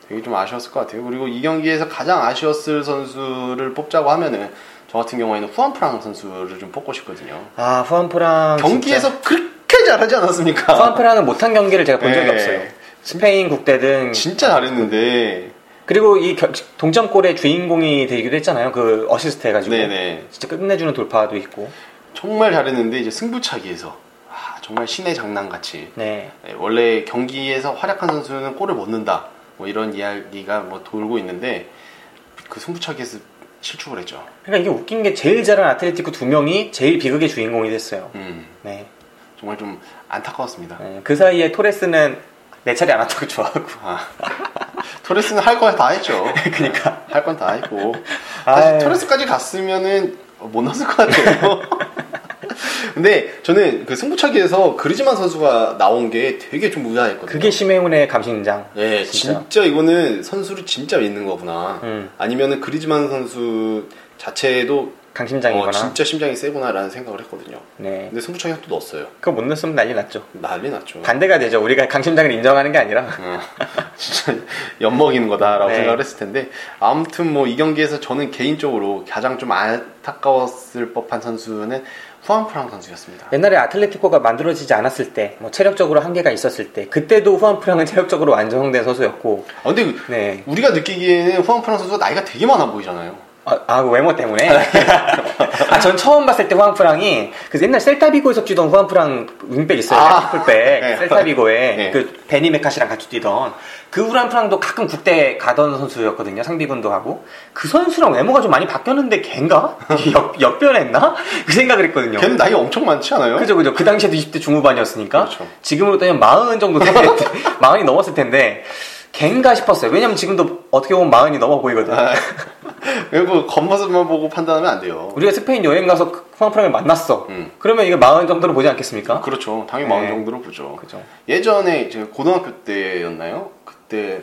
되게 좀 아쉬웠을 것 같아요. 그리고 이 경기에서 가장 아쉬웠을 선수를 뽑자고 하면은 저 같은 경우에는 후안프랑 선수를 좀 뽑고 싶거든요.
아 후안프랑
경기에서 그렇게 잘하지 않았습니까?
후안프랑은 못한 경기를 제가 본 적이
네.
없어요 스페인
(laughs)
국대등
진짜 잘했는데
그리고 이 겨- 동점골의 주인공이 되기도 했잖아요. 그 어시스트 해가지고
네네
진짜 끝내주는 돌파도 있고.
정말 잘했는데 이제 승부차기에서 아, 정말 신의 장난같이
네.
네, 원래 경기에서 활약한 선수는 골을 못 넣는다 뭐 이런 이야기가 뭐 돌고 있는데 그 승부차기에서 실축을 했죠.
그러니까 이게 웃긴 게 제일 잘한 아틀레티코 두 명이 제일 비극의 주인공이 됐어요.
음,
네.
정말 좀 안타까웠습니다.
네. 그 사이에 토레스는 내 차례 안 왔다고 (laughs) 좋아하고.
아, (laughs) 토레스는 할 거 다 했죠.
(laughs) 그러니까.
할 건 다 했고.
아이.
사실 토레스까지 갔으면은 못 났을 것 같아요. (laughs) 근데 저는 그 승부차기에서 그리즈만 선수가 나온 게 되게 좀 의아했거든요.
그게 심해운의 감신장.
예,
진짜.
진짜. 이거는 선수를 진짜 믿는 거구나.
음.
아니면은 그리즈만 선수 자체도
강심장이거나.
어, 진짜 심장이 세구나라는 생각을 했거든요.
네.
근데 승부차기 또 넣었어요.
그거 못 넣었으면 난리 났죠.
난리 났죠.
반대가 되죠. 우리가 강심장을 인정하는 게 아니라.
어, 진짜 엿먹이는 거다라고
네.
생각을 했을 텐데 아무튼 뭐 이 경기에서 저는 개인적으로 가장 좀 안타까웠을 법한 선수는 후안프랑 선수였습니다.
옛날에 아틀레티코가 만들어지지 않았을 때, 뭐 체력적으로 한계가 있었을 때, 그때도 후안프랑은 (laughs) 체력적으로 완성된 선수였고,
아, 근데
네.
우리가 느끼기에는 후안프랑 선수가 나이가 되게 많아 보이잖아요.
아, 아, 그 외모 때문에. (laughs) 아, 전 처음 봤을 때 후안프랑이, 그 옛날 셀타비고에서 뛰던 후안프랑 윙백 있어요.
아.
풀백.
네.
셀타비고에,
네.
그 베니 메카시랑 같이 뛰던, 그 후안프랑도 가끔 국대 가던 선수였거든요. 상비군도 하고. 그 선수랑 외모가 좀 많이 바뀌었는데 걔인가? (laughs) 옆, 옆변했나? 그 생각을 했거든요.
걔는 나이 엄청 많지 않아요?
그죠, 그죠. 그 당시에도 20대 중후반이었으니까.
그렇죠. 지금으로
지금으로 따지면 마흔 정도 됐을 때, (laughs) 마흔이 넘었을 텐데, 걘가 싶었어요. 왜냐면 지금도 어떻게 보면 마흔이 넘어 보이거든.
아.
요
그리고 겉모습만 보고 판단하면 안 돼요.
우리가 스페인 여행 가서 쿠팡프랑을 만났어.
음.
그러면 이게 마흔 정도로 보지 않겠습니까?
그렇죠. 당연히
네.
마음 정도로 보죠.
그죠.
예전에 이제 고등학교 때였나요? 그때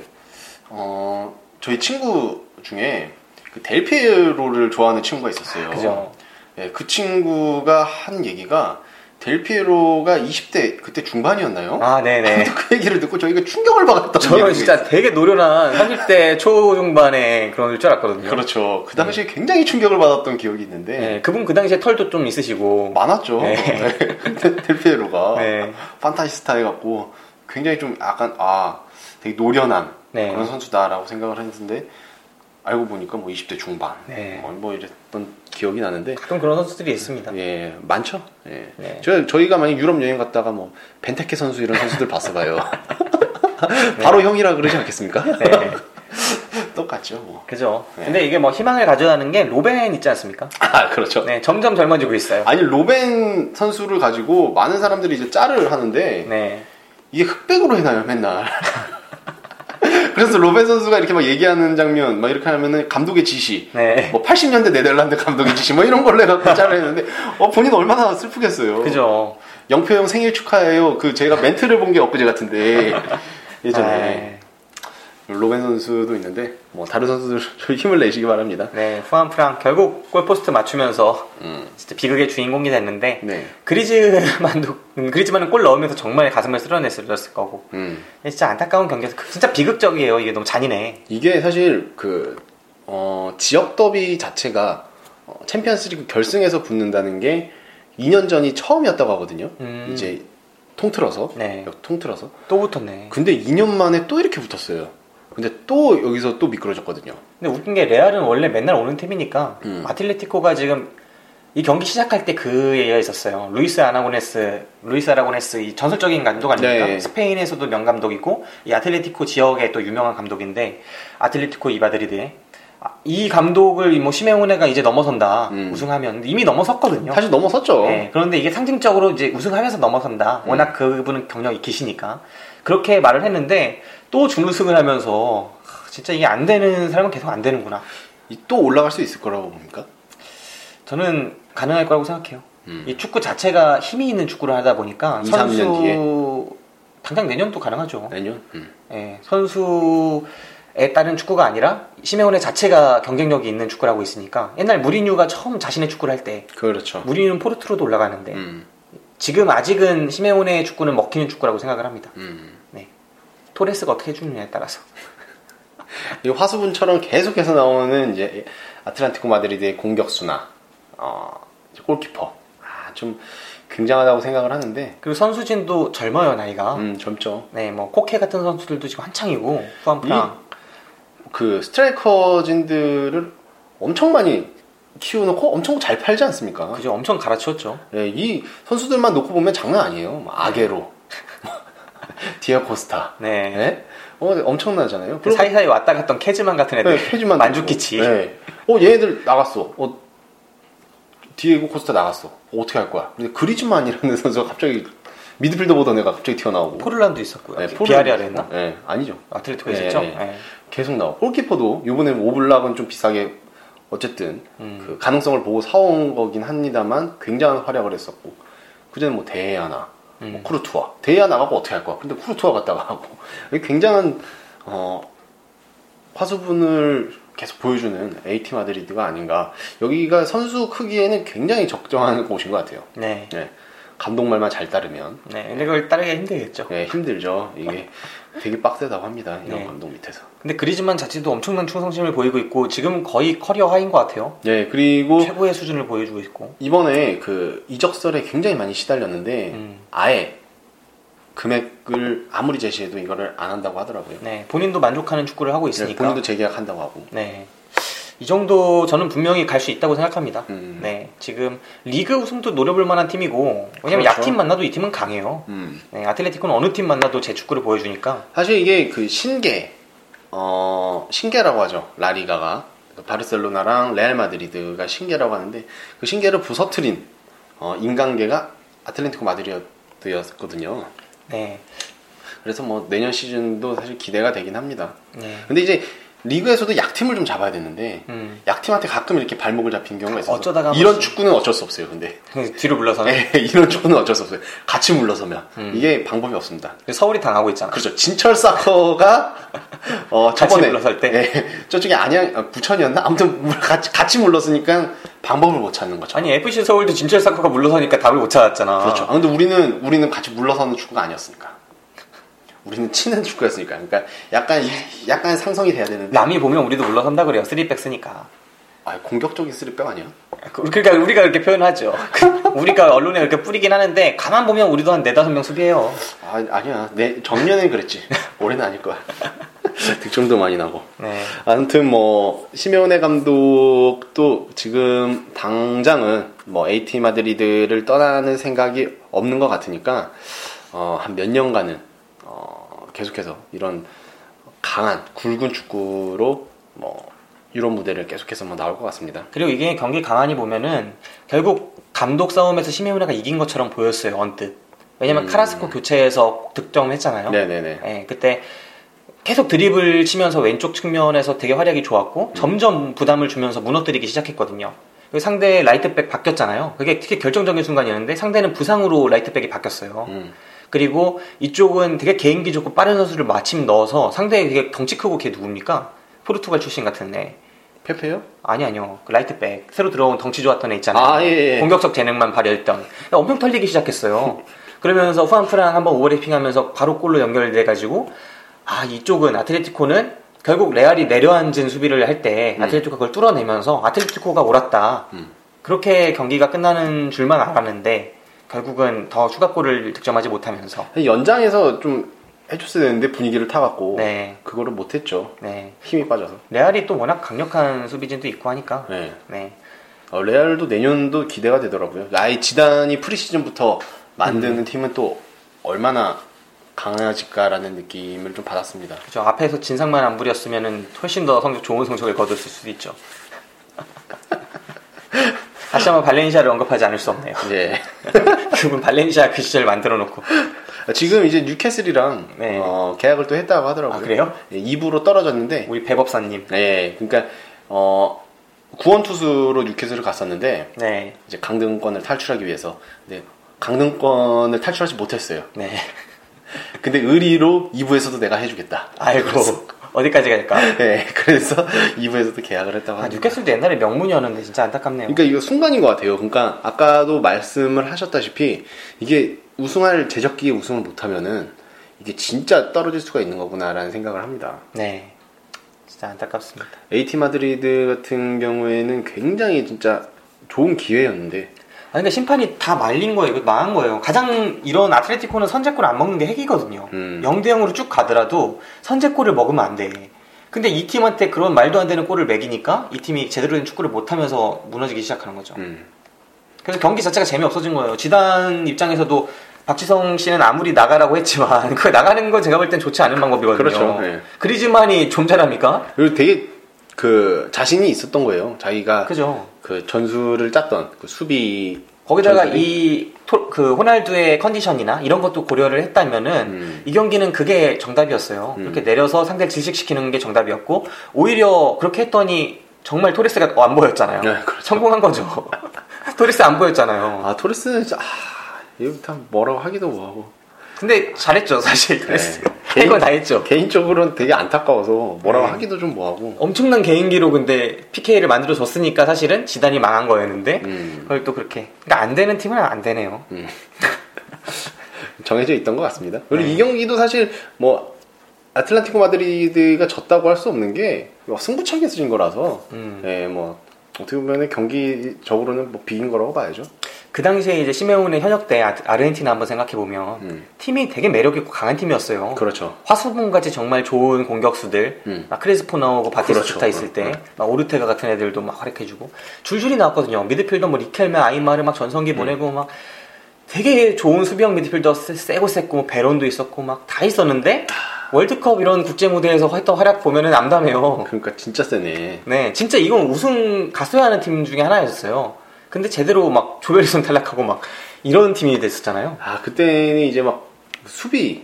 어, 저희 친구 중에 그 델피에로를 좋아하는 친구가 있었어요.
그죠.
예, 그 친구가 한 얘기가 델피에로가 20대 그때 중반이었나요?
아, 네네.
그 얘기를 듣고 저희가 충격을 받았던
저는
기억이 (laughs)
진짜
있어요.
되게 노련한 30대 초중반에 그런 줄 알았거든요.
그렇죠. 그 당시에 굉장히 충격을 받았던 기억이 있는데 뭐
네, 그분 그 당시에 털도 좀 있으시고.
많았죠. (laughs)
네.
델피에로가
네.
판타지스타 해갖고 굉장히 좀 약간 아 되게 노련한
네.
그런 선수다라고 생각을 했는데 알고 보니까 뭐 20대 중반
네.
뭐, 뭐 이랬던 기억이 나는데
가끔 그런 선수들이 있습니다.
예 많죠. 예.
네.
저, 저희가 만약 유럽 여행 갔다가 뭐 벤테케 선수 이런 선수들
(laughs)
봤어봐요. 바로 형이라 그러지 않겠습니까?
네.
똑같죠 뭐.
그죠.
네.
근데 이게 뭐 희망을 가져다는 게 로벤 있지 않습니까?
아 그렇죠.
네, 점점 젊어지고 있어요.
아니 로벤 선수를 가지고 많은 사람들이 이제 짤을 하는데
네.
이게 흑백으로 해놔요 맨날 (laughs) 그래서 로벤 선수가 이렇게 막 얘기하는 장면 막 이렇게 하면은 감독의 지시
네.
뭐 80년대 네덜란드 감독의 지시 뭐 이런 걸로 해갖고 짤을 했는데 어 본인 얼마나 슬프겠어요
그죠.
영표 형 생일 축하해요 그 제가 멘트를 본 게 엊그제
(laughs)
같은데
아, 네.
예전에 로벤 선수도 있는데 뭐 다른 선수들 좀 힘을 (laughs) 내시기 바랍니다
아, 네, 후안프랑 결국 골포스트 맞추면서
음.
진짜 비극의 주인공이 됐는데
네.
그리즈만도 음, 그리즈만은 골 넣으면서 정말 가슴을 쓸어냈을 거고
음.
진짜 안타까운 경기에서 그- 진짜 비극적이에요. 이게 너무 잔인해.
이게 사실 그 어, 지역 더비 자체가 어, 챔피언스리그 결승에서 붙는다는 게 2년 전이 처음이었다고 하거든요.
음.
이제 통틀어서
네.
역- 통틀어서.
또 붙었네.
근데 2년 만에 또 이렇게 붙었어요. 근데 또 여기서 또 미끄러졌거든요.
근데 웃긴 게 레알은 원래 맨날 오는 팀이니까
음.
아틀레티코가 지금 이 경기 시작할 때 그 얘기가 있었어요. 루이스 아나고네스, 루이스 아라고네스 이 전설적인 감독 아닙니까?
네.
스페인에서도 명감독이고 이 아틀레티코 지역의 또 유명한 감독인데 아틀레티코 이바드리드에 아, 이 감독을 뭐 심해운해가 이제 넘어선다
음.
우승하면 이미 넘어섰거든요.
사실 넘어섰죠.
네, 그런데 이게 상징적으로 이제 우승하면서 넘어선다.
네.
워낙 그분은 경력이 기시니까 그렇게 말을 했는데 또 준우승을 하면서 하, 진짜 이게 안 되는 사람은 계속 안 되는구나.
이- 또 올라갈 수 있을 거라고 봅니까?
저는 가능할 거라고 생각해요.
음.
이 축구 자체가 힘이 있는 축구를 하다 보니까
이, 삼
선수
년
당장 내년도 가능하죠.
아니요. 음.
예, 선수에 따른 축구가 아니라 심해원의 자체가 경쟁력이 있는 축구를 하고 있으니까 옛날 무리뉴가 처음 자신의 축구를 할 때
그렇죠.
무리뉴는 포르투로도 올라가는데
음.
지금 아직은 시메온의 축구는 먹히는 축구라고 생각을 합니다.
음.
네. 토레스가 어떻게 해주느냐에 따라서.
이 화수분처럼 계속해서 나오는 이제 아틀란티코 마드리드의 공격수나 어, 이제 골키퍼 아, 좀 굉장하다고 생각을 하는데
그리고 선수진도 젊어요, 나이가.
음 젊죠.
네, 뭐, 코케 같은 선수들도 지금 한창이고, 후안프랑.
그 스트라이커진들을 엄청 많이 키워놓고 엄청 잘 팔지 않습니까?
그죠, 엄청 갈아치웠죠. (laughs)
예, 이 선수들만 놓고 보면 장난 아니에요. 막 아게로, 뭐 디아코스타.
네.
네. 어, 엄청나잖아요.
그 사이사이 왔다 갔던 캐즈만 같은 애들.
네, 표지만
만주키치.
들고. 네. 어, 얘네들 나갔어. 어, 디에고 코스타 나갔어. 어, 어떻게 할 거야? 근데 그리즈만이라는 (laughs) 선수가 갑자기 미드필더 보던 애가 갑자기 튀어나오고.
포르란도 있었고요.
네, 포르-
비아리아를 했나?
네, 아니죠.
아틀레티코
네,
있었죠?
네.
네.
계속 나와. 골키퍼도 이번에 뭐 오블락은 좀 비싸게 어쨌든 그 가능성을 보고 사온 거긴 합니다만 굉장한 활약을 했었고 그전에 뭐 대야나 뭐 쿠르투아 대야 나가고 뭐 어떻게 할 거야? 근데 쿠르투아 갔다가 하고 굉장한 어, 화수분을 계속 보여주는 AT 마드리드가 아닌가 여기가 선수 크기에는 굉장히 적정한 곳인 것 같아요.
네.
예. 감독 말만 잘 따르면
네. 근데 그걸 따르기 힘들겠죠.
예, 힘들죠. 이게 되게 빡세다고 합니다. 이런
네.
감독 밑에서.
근데 그리즈만 자체도 엄청난 충성심을 보이고 있고 지금 거의 커리어 하인 것 같아요.
예, 그리고
최고의 수준을 보여주고 있고.
이번에 그 이적설에 굉장히 많이 시달렸는데
음.
아예 금액을 아무리 제시해도 이거를 안 한다고 하더라고요.
네. 본인도 만족하는 축구를 하고
그래서
있으니까.
네, 본인도 재계약한다고 하고.
네. 이 정도 저는 분명히 갈 수 있다고 생각합니다.
음.
네. 지금 리그 우승도 노려볼 만한 팀이고
그렇죠.
왜냐면 약팀 만나도 이 팀은 강해요.
음.
네. 아틀레티코는 어느 팀 만나도 제 축구를 보여주니까.
사실 이게 그 신계 어 신계라고 하죠. 라리가가 그러니까 바르셀로나랑 레알 마드리드가 신계라고 하는데 그 신계를 부서뜨린 어, 인간계가 아틀레티코 마드리드였거든요.
네.
그래서 뭐 내년 시즌도 사실 기대가 되긴 합니다.
네.
근데 이제 리그에서도 약팀을 좀 잡아야 되는데
음.
약팀한테 가끔 이렇게 발목을 잡힌 경우가 있어서
어쩌다가 한
이런
번씩. 어.
축구는 어쩔 수 없어요. 근데
그 뒤로 물러서는
예, (laughs) 이런 축구는 어쩔 수 없어요. 같이 물러서면
음.
이게 방법이 없습니다.
서울이 당하고 있잖아.
네. 그렇죠. 진철 사커가 (laughs) 어,
같이
저번에
물러설 때?
예, 저쪽에 안양 아, 부천이었나 아무튼 물- 같이 같이 물러서니까 방법을 못 찾는 거죠.
아니 FC 서울도 진철 사커가 물러서니까 답을 못 찾았잖아.
그렇죠. 아, 근데 우리는 우리는 같이 물러서는 축구가 아니었으니까. 우리는 치는 (laughs) 축구였으니까. 그러니까 약간 이- 약간 상성이 돼야 되는데
남이 보면 우리도 물러선다 그래요. 3백 쓰니까.
아, 공격적인 쓰리백 아니야?
그러니까 우리가 그렇게 표현하죠. (laughs) 우리가 언론에 그렇게 뿌리긴 하는데 가만 보면 우리도 한 네다섯 명 수비해요.
아, 아니야. 내 작년엔 그랬지. 올해는 아닐 거야. (laughs) 득점도 많이 나고.
네.
아무튼 뭐 시메오네 감독도 지금 당장은 뭐 AT 마드리드를 떠나는 생각이 없는 것 같으니까 어, 한 몇 년간은 어, 계속해서 이런 강한 굵은 축구로 뭐 유럽 무대를 계속해서 뭐 나올 것 같습니다.
그리고 이게 경기 가만히 보면은 결국 감독 싸움에서 심해훈이가 이긴 것처럼 보였어요 언뜻. 왜냐면
음.
카라스코 교체해서 득점했잖아요.
네네네.
예, 그때 계속 드립을 치면서 왼쪽 측면에서 되게 활약이 좋았고
음.
점점 부담을 주면서 무너뜨리기 시작했거든요. 그리고 상대 라이트백 바뀌었잖아요. 그게 되게 결정적인 순간이었는데 상대는 부상으로 라이트백이 바뀌었어요.
음.
그리고 이쪽은 되게 개인기 좋고 빠른 선수를 마침 넣어서 상대 되게 덩치 크고 걔 누굽니까? 포르투갈 출신 같은 애.
페페요?
아니 아니요 그 라이트백 새로 들어온 덩치 좋았던 애 있잖아요
아, 예, 예.
공격적 재능만 발휘했던 엄청 털리기 시작했어요 그러면서 후안프랑 한번 오버래핑하면서 바로 골로 연결돼가지고 아 이쪽은 아틀레티코는 결국 레알이 내려앉은 수비를 할 때 아틀레티코가 그걸 뚫어내면서 아틀레티코가 옳았다
음.
그렇게 경기가 끝나는 줄만 알았는데 결국은 더 추가골을 득점하지 못하면서
연장에서 좀 해줬어야 되는데 분위기를 타갖고
네,
그거를 못했죠.
네.
힘이 빠져서.
레알이 또 워낙 강력한 수비진도 있고 하니까
네.
네.
어, 레알도 내년도 기대가 되더라고요. 아예 지단이 프리시즌부터 만드는
음.
팀은 또 얼마나 강해질까라는 느낌을 좀 받았습니다.
그죠 앞에서 진상만 안 부렸으면은 훨씬 더 성적 좋은 성적을 거둘 수도 있죠. (laughs) 다시 한번 발렌시아를 언급하지 않을 수 없네요. (laughs)
예.
그분 발렌시아 그 시절 만들어 놓고
(laughs) 지금 이제 뉴캐슬이랑
네.
어, 계약을 또 했다고 하더라고요.
아, 그래요?
예, 2부로 떨어졌는데
우리 백업사님.
예. 그러니까 어, 구원 투수로 뉴캐슬을 갔었는데
네,
이제 강등권을 탈출하기 위해서 근데 강등권을 탈출하지 못했어요.
네.
근데 의리로 2부에서도 내가 해주겠다.
아이고 어디까지 갈까?
예. (laughs) 그래서 2부에서도 계약을 했다고
아,
합니다.
뉴캐슬도 옛날에 명문이었는데 진짜 안타깝네요.
그러니까 이거 순간인 것 같아요. 그러니까 아까도 말씀을 하셨다시피 이게 우승할 제적기에 우승을 못하면은 이게 진짜 떨어질 수가 있는 거구나라는 생각을 합니다.
네, 진짜 안타깝습니다.
AT 마드리드 같은 경우에는 굉장히 진짜 좋은 기회였는데
아 근데 심판이 다 말린 거예요. 이거 망한 거예요. 가장 이런 아틀레티코는 선제골 안 먹는 게 핵이거든요.
음.
0대 0으로 쭉 가더라도 선제골을 먹으면 안 돼. 근데 이 팀한테 그런 말도 안 되는 골을 먹이니까 이 팀이 제대로 된 축구를 못 하면서 무너지기 시작하는 거죠.
음,
그래서 경기 자체가 재미없어진 거예요. 지단 입장에서도 박지성 씨는 아무리 나가라고 했지만 (laughs) 그 나가는 건 제가 볼 땐 좋지 않은 방법이거든요.
그렇죠, 예.
그리즈만이 존잘합니까?
그리고 되게 그 자신이 있었던 거예요. 자기가 그,
그죠.
전술을 짰던 그 수비
거기다가
전술이.
이 그 호날두의 컨디션이나 이런 것도 고려를 했다면은
음.
이 경기는 그게 정답이었어요.
음.
이렇게 내려서 상대를 질식시키는 게 정답이었고 오히려 그렇게 했더니 정말 토레스가 어, 안 보였잖아요.
네, 그렇죠.
성공한 거죠. (laughs) 토레스 안 보였잖아요.
아 토레스는 진짜 아, 이거 참 뭐라고 하기도 뭐하고
근데 잘했죠, 사실 토레스.
네.
(laughs) 이건 다 했죠.
개인적으로는 되게 안타까워서 뭐라고
네.
하기도 좀 뭐하고
엄청난 개인기로 근데 PK를 만들어 줬으니까 사실은 지단이 망한 거였는데
음,
그걸 또 그렇게 그러니까 안 되는 팀은 안 되네요.
정해져 있던 것 같습니다.
네.
그리고 이 경기도 사실 뭐 아틀란티코 마드리드가 졌다고 할 수 없는 게뭐 승부차기에서 진 거라서
음.
네, 뭐 어떻게 보면 경기적으로는 뭐 비긴 거라고 봐야죠.
그 당시에 이제 시메온의 현역 때 아- 아르헨티나 한번 생각해 보면
음,
팀이 되게 매력 있고 강한 팀이었어요.
그렇죠.
화수분같이 정말 좋은 공격수들,
음.
막 크리스포 나오고 바티스투타
그렇죠.
있을 때,
음,
막 오르테가 같은 애들도 막 활약해주고 줄줄이 나왔거든요. 미드필더 뭐 리켈맨, 아이마르 막 전성기
음.
보내고 막 되게 좋은 수비형 미드필더 세- 세고 셌고 뭐 베론도 있었고 막 다 있었는데 월드컵 이런 국제 무대에서 했던 활약 보면은 암담해요.
그러니까 진짜 세네.
네, 진짜 이건 우승 갔어야 하는 팀 중에 하나였어요. 근데 제대로 막 조별리선 탈락하고 막 이런 팀이 됐었잖아요.
아 그때는 이제 막 수비가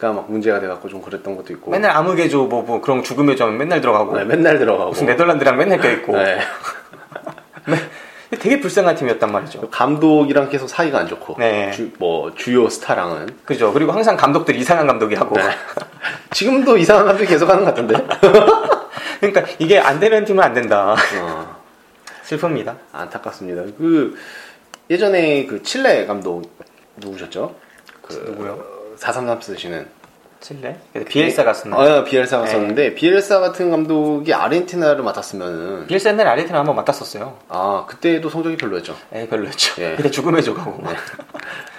막 문제가 돼갖고 좀 그랬던 것도 있고
맨날 아무개조 뭐, 뭐 그런 죽음의 점 맨날 들어가고
네, 맨날 들어가고
무슨 네덜란드랑 맨날 껴있고
네.
되게 불쌍한 팀이었단 말이죠.
감독이랑 계속 사이가 안 좋고
네.
주, 뭐 주요 스타랑은
그죠. 그리고 항상 감독들 이상한 감독이
네.
하고.
지금도 이상한 감독이 계속하는 것 같은데
(laughs) 그러니까 이게 안 되는 팀은 안 된다.
(laughs)
(laughs)
어,
슬픕니다.
안타깝습니다 그 예전에 그 칠레 감독 누구셨죠? 그
누구요?
433 쓰시는
칠레? 근데 비엘사가 쓴다.
어, 비엘사가
네.
썼는데 비엘사 같은 감독이 아르헨티나를 맡았으면은
비엘사 옛날에 아르헨티나 한번 맡았었어요.
아 그때도 성적이 별로였죠
에이, 별로였죠.
예.
그때 죽음의 조가고. 네.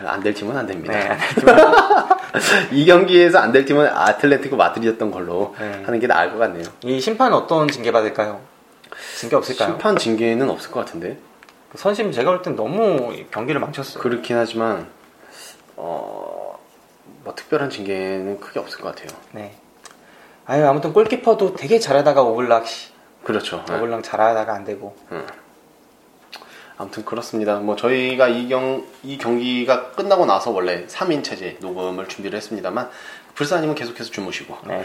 안 될 팀은 안 됩니다
네.
(laughs) 이 경기에서 안 될 팀은 아틀레티코 마드리였던 걸로
네.
하는 게 나을 것 같네요.
이 심판 어떤 징계 받을까요? 징계 없을까요?
심판 징계는 없을 것 같은데
그 선심 제가 볼 땐 너무 경기를 망쳤어요.
그렇긴 하지만 어, 뭐 특별한 징계는 크게 없을 것 같아요.
네. 아유, 아무튼 골키퍼도 되게 잘하다가 오블락, 씨.
그렇죠. 네.
오블락 잘하다가 안 되고.
아무튼 그렇습니다. 뭐 저희가 이, 경, 이 경기가 끝나고 나서 원래 3인 체제 녹음을 준비를 했습니다만 불사님은 계속해서 주무시고
네.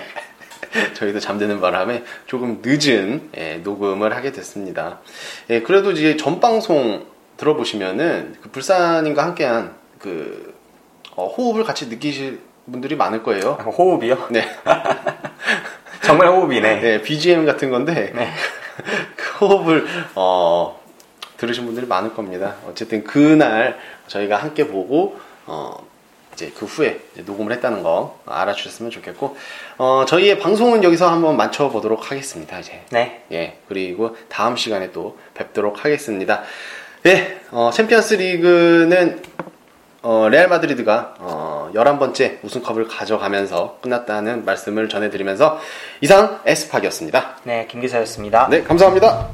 (laughs) 저희도 잠드는 바람에 조금 늦은 예, 녹음을 하게 됐습니다. 예, 그래도 이제 전 방송 들어보시면은 그 불산님과 함께한 그 어, 호흡을 같이 느끼실 분들이 많을 거예요.
아, 호흡이요?
네.
(laughs) 정말 호흡이네.
네, BGM 같은 건데 (laughs)
네.
그 호흡을 어, 들으신 분들이 많을 겁니다. 어쨌든 그날 저희가 함께 보고 어, 이제 그 후에 이제 녹음을 했다는 거 알아주셨으면 좋겠고 어, 저희의 방송은 여기서 한번 마쳐보도록 하겠습니다. 이제
네.
예, 그리고 다음 시간에 또 뵙도록 하겠습니다. 예, 어, 챔피언스 리그는 어, 레알 마드리드가 어, 11번째 우승컵을 가져가면서 끝났다는 말씀을 전해드리면서 이상 에스팍이었습니다.
네, 김기사였습니다.
네, 감사합니다.